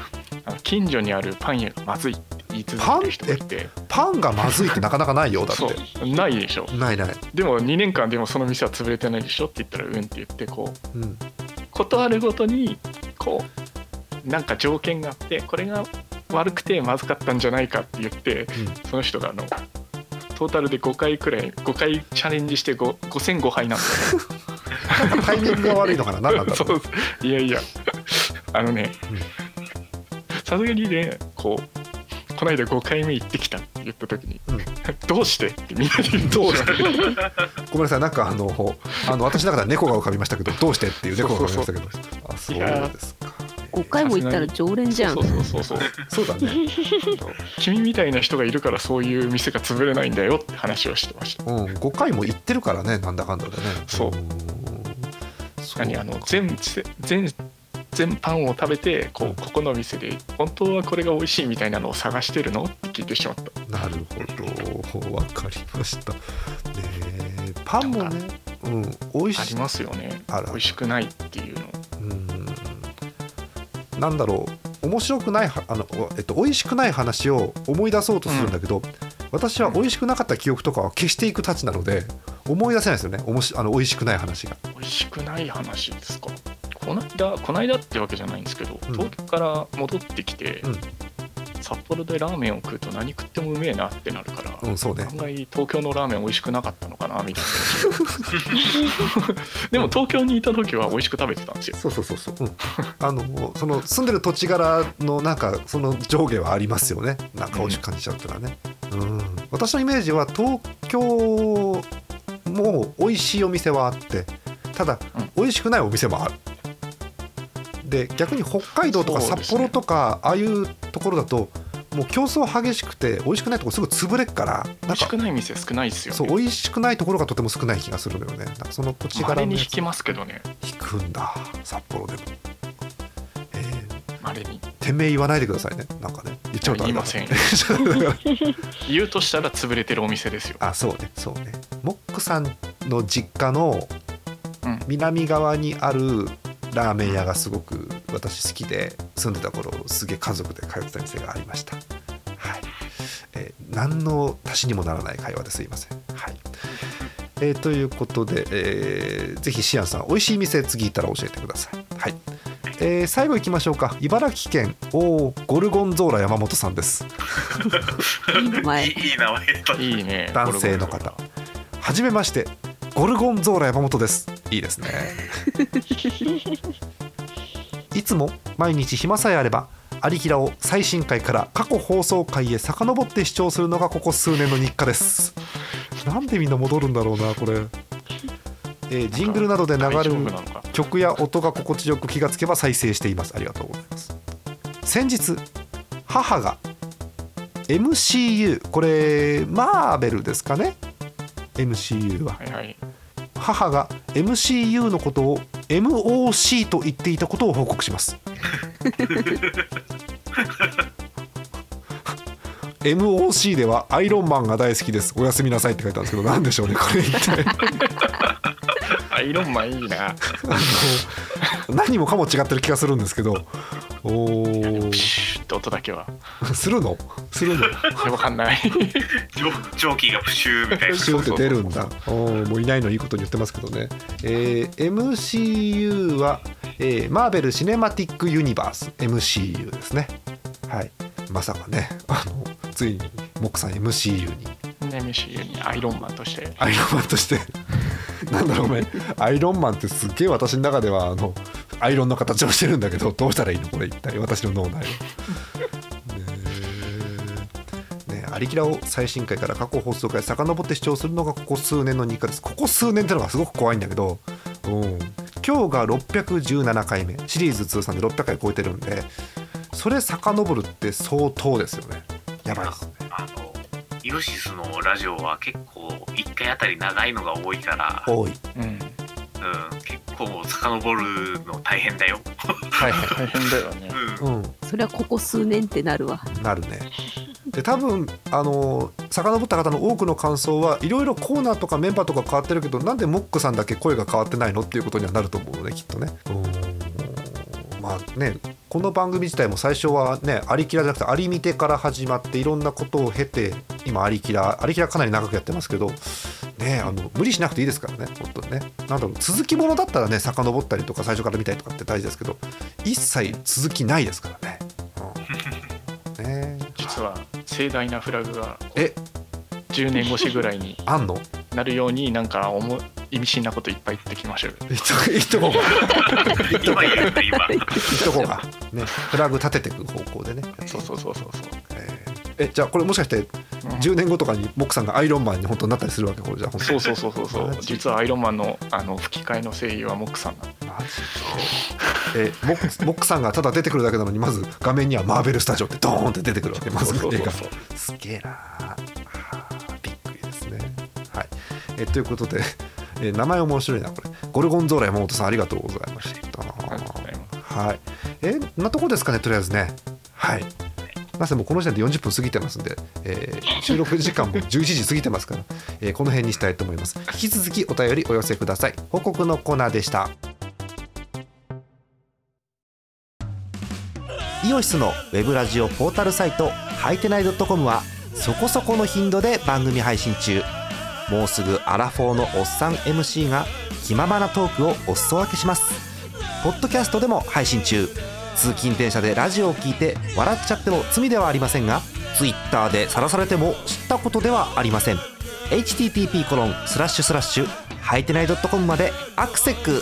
あの近所にあるパン屋がまずいって言い続けてる人がいて
パンがまずいってなかなかないよだっ
そ
て。
うないでしょ
ないない。
でも2年間でもその店は潰れてないでしょって言ったらうんって言ってこう
うん
ことあるごとにこうなんか条件があってこれが悪くてまずかったんじゃないかって言ってその人があのトータルで5回くらい5回チャレンジして5 5005杯なんだよ
うん、タイミングが悪いのかな何なんだ
そ
ろう。
ういやいやあのね
うん
さすがにねこうここの間5回目行ってきたって言った時に「
うん
どうして?」ってみんなで言って
どうしてごめんなさい、なんかあの、あの私だから猫が浮かびましたけど、どうしてっていう猫が浮かびましたけど、あそう
いや
ですか。
5回も行ったら常連じゃん
そうそうそうそう
そうだね。
君みたいな人がいるからそういう店が潰れないんだよって話をしてました
うん、5回も行ってるからね、なんだかんだでね。。
そうん
そう
何あの全せ全全パンを食べてこうここの店で本当はこれが美味しいみたいなのを探してるのって聞いてしまった
なるほど、わかりました。ねえパンもね、うん、美味
あ
し
り
い。
ますよね
あら
美味しくないっていうの
うん。なんだろう、面白くないは、あの、えっと、美味しくない話を思い出そうとするんだけど。私は美味しくなかった記憶とかは消していくたちなので、思い出せないですよね。おもし、あの、美味しくない話が。
美味しくない話ですかこないだこないだってわけじゃないんですけど、
うん
東京から戻ってきて、
うん
札幌でラーメンを食うと何食ってもうめえなってなるから、
うん、そうね。
案外東京のラーメン美味しくなかったのかなみたい なでも東京にいた時は美味しく食べてたんですよ
そうそうそうそう、うん、あのその住んでる土地柄のなんかその上下はありますよねなんか美味しく感じちゃうっていうのはね、うん、私のイメージは東京も美味しいお店はあってただ
うん
美味しくないお店もあるで逆に北海道とか
そうです
札
ね
幌とかああいうところだともう競争激しくて美味しくないとこすぐ潰れっから
美
なん
味し
か
くない店少ないですよ、ね、
そう美味しくないところがとても少ない気がするのよねなんかその土地
まれ
柄の
に
や
引
つ
きますけどね
引くんだ札幌でも、えー
まれに
店名言わないでくださいねなんかね言っ ちゃうとあれだから
言いま言うとしたら潰れてるお店ですよ
あそうねそうねモックさんの実家の
うん
南側にあるラーメン屋がすごく私好きで住んでた頃すげえ家族で通ってた店がありましたはい、えー何の足しにもならない会話ですいませんはいえーということで、えーぜひシアンさん美味しい店次行ったら教えてください、はいえー最後行きましょうか茨城県おーゴルゴンゾーラ山本さんです
いい名前
いいいい名前だ
いいね
男性の方はじめましてゴルゴンゾーラ山本ですいいですね いつも毎日暇さえあればアリキラを最新回から過去放送回へ遡って視聴するのがここ数年の日課ですなんでみんな戻るんだろうなこれ、えージングルなどで流
大
れ
丈夫
る
なのか
曲や音が心地よく気がつけば再生していますありがとうございます先日母が MCU これマーベルですかね MCU は
はいはい
母が MCU のことを MOC と言っていたことを報告します MOC ではアイロンマンが大好きですおやすみなさいって書いてあるんですけど何でしょうねこれ一体
アイロンマンいい な
あの何もかも違ってる気がするんですけどお
ピ
ー
シュッと音だけは
するのす るの
いやわかんない
蒸蒸気がプシュー みたいな
シュンって出るんだおーもういないのいいことに言ってますけどね、えー MCU は、えーマーベル・シネマティック・ユニバース MCU ですねはいまさかねあのついにモックさん MCU に
ね MCU にアイロンマンとして
アイロンマンとして なんだろうごめんアイロンマンってすっげえ私の中ではあのアイロンの形をしてるんだけどどうしたらいいのこれ一体私の脳内は。ねえねえアリキラを最新回から過去放送回遡って視聴するのがここ数年の日課ですここ数年ってのがすごく怖いんだけど、うん、今日が617回目シリーズ通算で600回超えてるんでそれ遡るって相当ですよねやばいですね
あのイオシスのラジオは結構1回あたり長いのが多いから、
多い
うん
うん、結構遡るの大変だよ、
はいはい大変だよね
うん、
うん
それはここ数年ってなるわ
なるね。で多分あの遡った方の多くの感想はいろいろコーナーとかメンバーとか変わってるけどなんでモックさんだけ声が変わってないのっていうことにはなると思うのねきっとね。まあねこの番組自体も最初はね「アリキラ」じゃなくて「アリミテ」から始まっていろんなことを経て今「アリキラ」「アリキラ」かなり長くやってますけどねあの無理しなくていいですからね本当にねなんだろう続きものだったらね遡ったりとか最初から見たりとかって大事ですけど一切続きないですからね。うん、ね
実は盛大なフラグが
え
10年越しぐらいに
あんの
なるようになんか思う意味深なこといっぱい言ってきましょうよ
いっといっとこうか
今言 った今
いっとこうかねフラグ立てていく方向でね
そうそうそうそうそう
えーえじゃあこれもしかして
うん
10年後とかにモックさんがアイロンマンに本当になったりするわけこれじゃあ本当
そ
に
うそうそうそ うそう実はアイロンマンのあの吹き替えの声優はモックさんなん
マジでえモックモックさんがただ出てくるだけなのにまず画面にはマーベルスタジオってドーンって出てくるわけまず
そうそう
映
そう
画
そう
すげえなあーびっくりですねはいえということでえ名前面白いなこれゴルゴンゾーラ山本さんありがとうございました
ありがとうございます
はい。えー、なとこですかね、とりあえずね。はい。なせもうこの時点で40分過ぎてますんで、えー収録時間も11時過ぎてますから、えーこの辺にしたいと思います。引き続きお便りお寄せください。報告のコーナーでした。イオシスのウェブラジオポータルサイトハイテナイドットコムはそこそこの頻度で番組配信中もうすぐアラフォーのおっさん MC が気ままなトークをお裾分けしますポッドキャストでも配信中通勤電車でラジオを聞いて笑っちゃっても罪ではありませんが Twitter で晒されても知ったことではありません http コロンスラッシュスラッシュはいてない .com までアクセック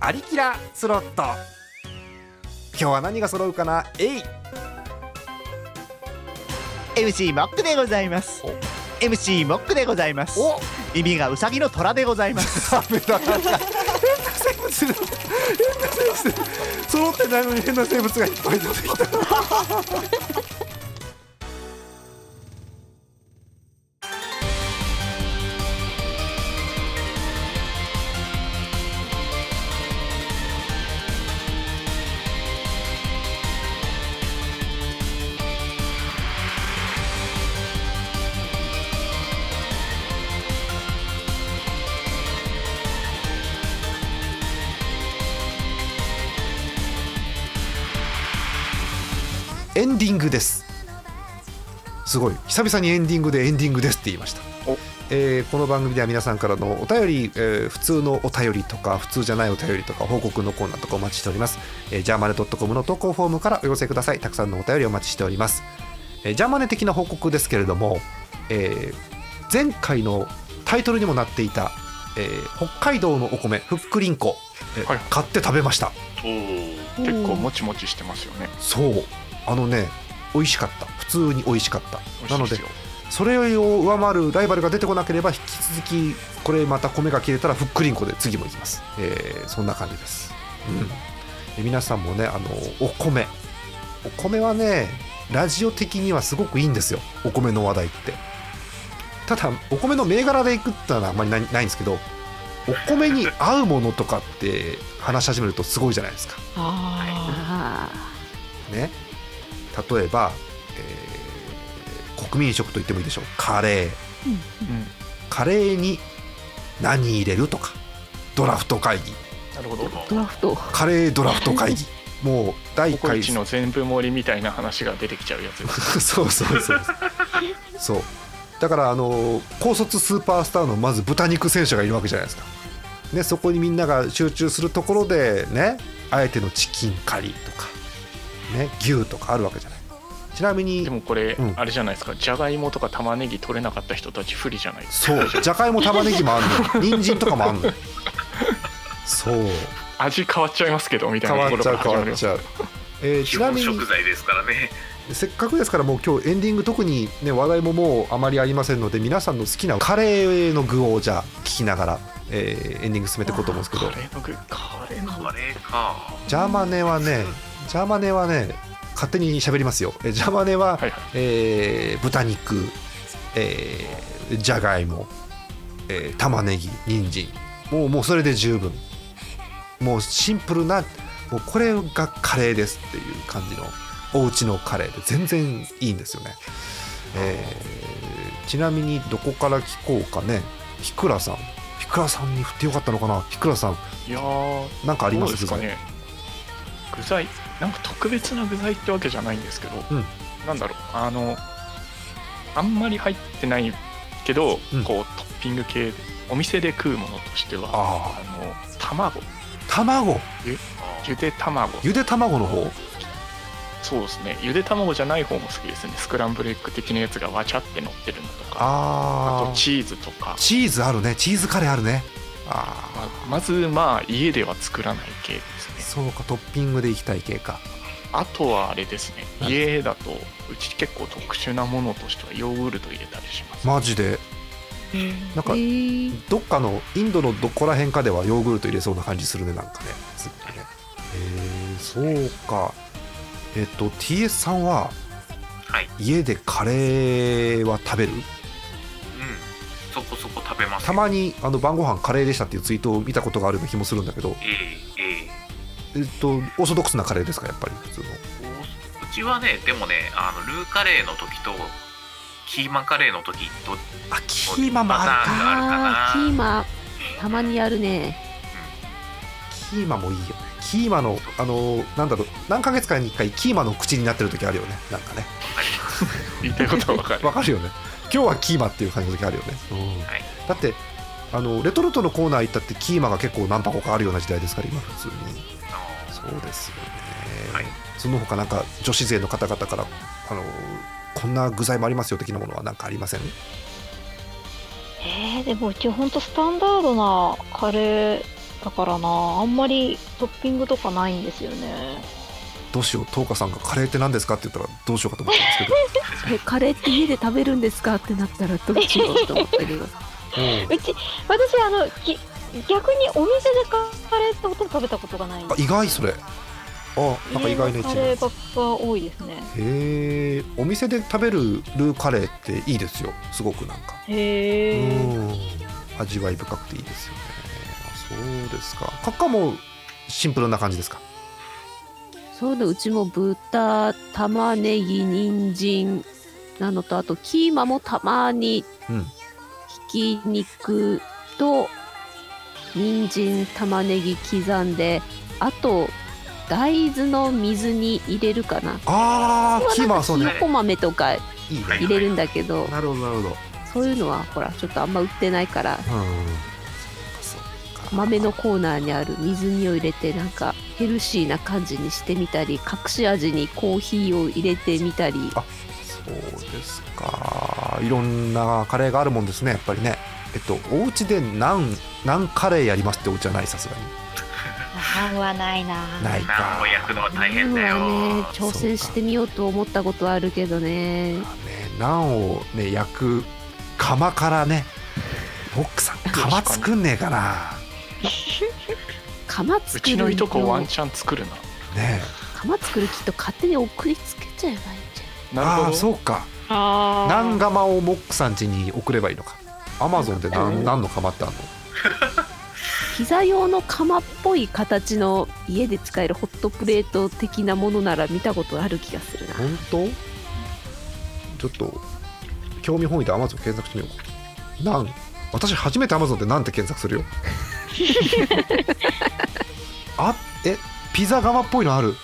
アリキラスロット今日は何が揃うかなえい
MC モックでございます。MC モックでございます。耳がウサギの虎でございます。
ダメだ変な生物だ変な生物だ揃ってないのに変な生物がいっぱい出てきたエンディングですすごい久々にエンディングでエンディングですって言いました
お、
えーこの番組では皆さんからのお便り、えー普通のお便りとか普通じゃないお便りとか報告のコーナーとかお待ちしております、えー、ジャーマネ .com の投稿フォームからお寄せくださいたくさんのお便りお待ちしております、えージャーマネ的な報告ですけれども、えー前回のタイトルにもなっていた、えー北海道のお米ふっくりんこ、えー
はい
買って食べました
おー
結構もちもちしてますよね
そうあのね美味しかった普通に美味しかった
美
な
味
の
しい
です
よ
それを上回るライバルが出てこなければ引き続きこれまた米が切れたらふっくりんこで次もいきます、えーそんな感じです、うんえ皆さんもねあのお米お米はねラジオ的にはすごくいいんですよお米の話題ってただお米の銘柄でいくってのはあんまりないないんですけどお米に合うものとかって話し始めるとすごいじゃないですか
あ
あ
ね例えば、えー国民食と言ってもいいでしょうカレー
うん
カレーに何入れるとかドラフト会議
なるほど
ードラフト
カレードラフト会議もう第1
ココ
回
イチの全部盛りみたいな話が出てきちゃうやつで す
そうそうそうそうだからあの高卒スーパースターのまず豚肉選手がいるわけじゃないですか、ね、そこにみんなが集中するところでねあえてのチキンカリーとか、ね、牛とかあるわけじゃないちなみに
でもこれ、
うん
あれじゃないですかじゃがいもとか玉ねぎ取れなかった人たち不利じゃないですか
そうじゃがいも玉ねぎもあんの人参とかもあんのそう
味変わっちゃいますけどみたい
変
な
わ
とこ
っ
ろ
ちゃう変
が始ま
わ
り
っ
ます
ちゃう、えー
基
ちな
本
みに
食材ですからね
せっかくですからもう今日エンディング特にね話題ももうあまりありませんので皆さんの好きなカレーの具をじゃあ聞きながら、えーエンディング進めていこうと思うんですけど
カレーの具カレーの
カレーか
ジャーマネはねジャーマネはね勝手に喋りますよえジャーマネは、
はいは
えー豚肉、えーじゃがいも、えー玉ねぎ人参もうもうそれで十分もうシンプルなもうこれがカレーですっていう感じのおうちのカレーで全然いいんですよね、えーちなみにどこから聞こうかねひくらさんひくらさんに振ってよかったのかなひくらさん
いいやー
なんかありま
どう
す
ですかね具材なんか特別な具材ってわけじゃないんですけど、
うん
なんだろうあのあんまり入ってないけど、
うん
こうトッピング系でお店で食うものとしてはあ
ああ
の卵
卵
ゆで卵
ゆで卵の方
そうですねゆで卵じゃない方も好きですねスクランブルエッグ的なやつがわちゃって乗ってるのとかあ
あ
と
あ
チーズとか
チーズあるねチーズカレーあるねあ
ままずまあ家では作らない系です
あ
ね
そうかトッピングでいきたい系か
あとはあれですね
何
家だとうち結構特殊なものとしてはヨーグルト入れたりし ます
マジでなんかどっかのインドのどこら辺かではヨーグルト入れそうな感じするねなんかねずっとねへえそうかえっと TS さんは
はい
家でカレーは食べる
うんそこそこ食べます
たまにあの晩ご飯カレーでしたっていうツイートを見たことがあるような気もするんだけど、
え
え
えええ
っと、オーソドックスなカレーですかやっぱり普通の
うちはねでもねあのルーカレーの時とキーマカレーの時と
あキーマもある
パターンが
か
あ
あ
ーキーマたまにあるね
キーマもいいよねキーマのあのなんだろう何ヶ月かに1回キーマの口になってる時あるよねなんかね
言いたいことはわかる
わかるよね今日はキーマっていう感じの時あるよね、
はい
だってあのレトルトのコーナー行ったってキーマが結構何箱かあるような時代ですから今普通に
あの
そうですよね、
はい
その他なんか女子勢の方々からあのこんな具材もありますよ的なものはなんかありません
えー、でもうちほんとスタンダードなカレーだからなあんまりトッピングとかないんですよね
どうしようトーカさんがカレーって何ですかって言ったらどうしようかと思ったんですけど
えカレーって家で食べるんですかってなったらどうしようと思ったけ ど
うん
うち私あのぎ逆にお店でカレーってほとんど食べたことがない
あ意外それあなんか意外な一
カ
面
レ
へ
ーばっか多いですね
えお店で食べるルーカレーっていいですよすごくなんか
へえ
うん味わい深くていいですよねあそうですかカッカもシンプルな感じですか
そうだうちも豚玉ねぎ人参なのとあとキーマもたまに
うん
ひき肉と人参玉ねぎ刻んであと大豆の水に入れるかな
あーキーマはそう
ひよ
ね
こ豆とか
いいね
入れるんだけど
なるほどなるほど
そういうのはほらちょっとあんま売ってないから
うんそうかそうか
豆のコーナーにある水煮を入れてなんかヘルシーな感じにしてみたり隠し味にコーヒーを入れてみたり
そうですかいろんなカレーがあるもんですねやっぱりねえっとお家で何何カレーやりますってお家はないさすがに
半はないな
ない
何
か
を焼くのは大変だよ、
ナンはね挑戦してみようと思ったことはあるけどね
ねナンをね焼く釜からねボックさん釜作んねえかな
釜作
う
る
ちのいとこワン
の
チャン作るな
ね
釜作るキット勝手に送りつけちゃえばいいんじ
え
なる
あ
ほ
あ
ど
そうか
あー
何釜をモックさん家に送ればいいのかアマゾンで何何の釜ってあるの
ゃないピザ用の釜っぽい形の家で使えるホットプレート的なものなら見たことある気がす るな
本当ちょっと興味本位で Amazon 検索してみようかなん私初めて Amazon でなんて検索するよあえピザ窯っぽいのある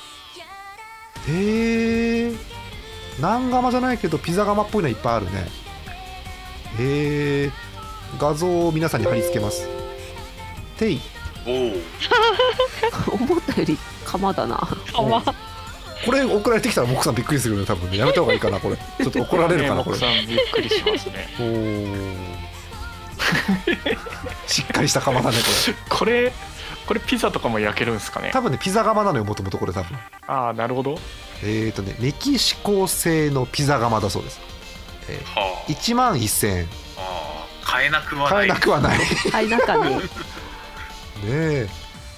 へえ何窯じゃないけどピザ窯っぽいのいっぱいあるねへえ画像を皆さんに貼り付けますてい
おお
思ったより釜だな
釜
これ送られてきたら僕さんびっくりするよね多分ねやめた方がいいかなこれちょっと怒られるかな
ね
これ
奥さんびっくりしますね
おーしっかりした釜だねこれ
これこれピザとかも焼けるんですかね
多分ねピザ窯なのよもともとこれ多分
ああなるほど
えっ、ー、とねメキシコ製のピザ窯だそうです
はあ
1万1000円
ああ買えなくはな
買
い
えなくはないね
はいなんかね
え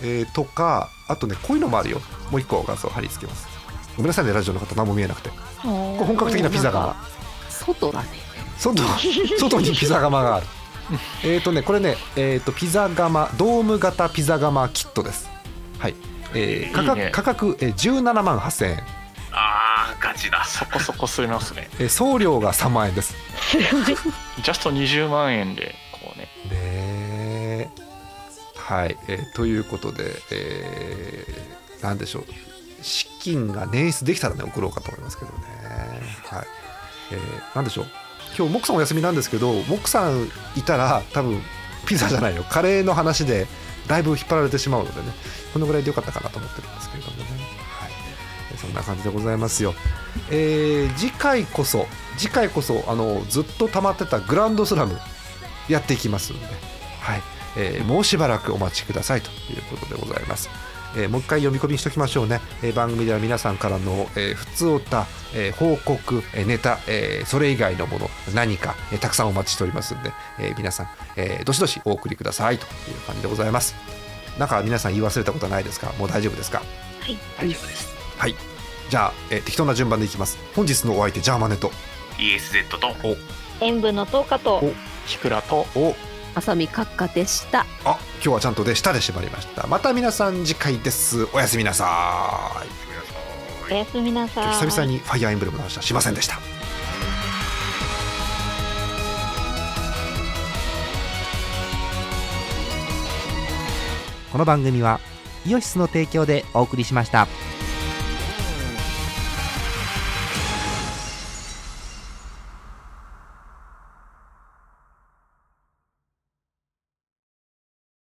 えーとかあとねこういうのもあるよもう一個画像貼り付けますごめんなさいねラジオの方何も見えなくてこれ本格的なピザ
なん
窯
か外だね
外外にピザ窯があるえっとねこれねえっ、とピザ窯ドーム型ピザ窯キットですはい、えー価格
いいね
価格、えー、17万8000円
ああガチだ
そこそこすりますね
えー送料が3万円です
ジャスト20万円でこうね
ねえはい、えーということで、えー、なんでしょう資金が捻出できたらね送ろうかと思いますけどねはい、えー、なんでしょう今日モクさんお休みなんですけどモクさんいたら多分ピザじゃないよカレーの話でだいぶ引っ張られてしまうのでねこのぐらいでよかったかなと思ってるんですけれどもね、はい、えーそんな感じでございますよえー次回こそ次回こそあのずっと溜まってたグランドスラムやっていきますので、はいえーもうしばらくお待ちくださいということでございます。えーもう一回読み込みしときましょうね、えー番組では皆さんからの、えー、普通おた、えー報告、えーネタ、えーそれ以外のもの何か、えーたくさんお待ちしておりますんで、えー皆さん、えーどしどしお送りくださいという感じでございますなんか皆さん言い忘れたことはないですかもう大丈夫ですか
大丈夫です
はいじゃあ、えー適当な順番でいきます本日のお相手ジャーマネと
ESZ と
塩分の10日と
ひくらと
お
浅見閣下でした
あ今日はちゃんとで下で縛りましたまた皆さん次回ですおやすみなさい
皆さん
おやすみなさ
久
い
々にファイアーエンブレムの話はしませんでした
この番組はイオシスの提供でお送りしました。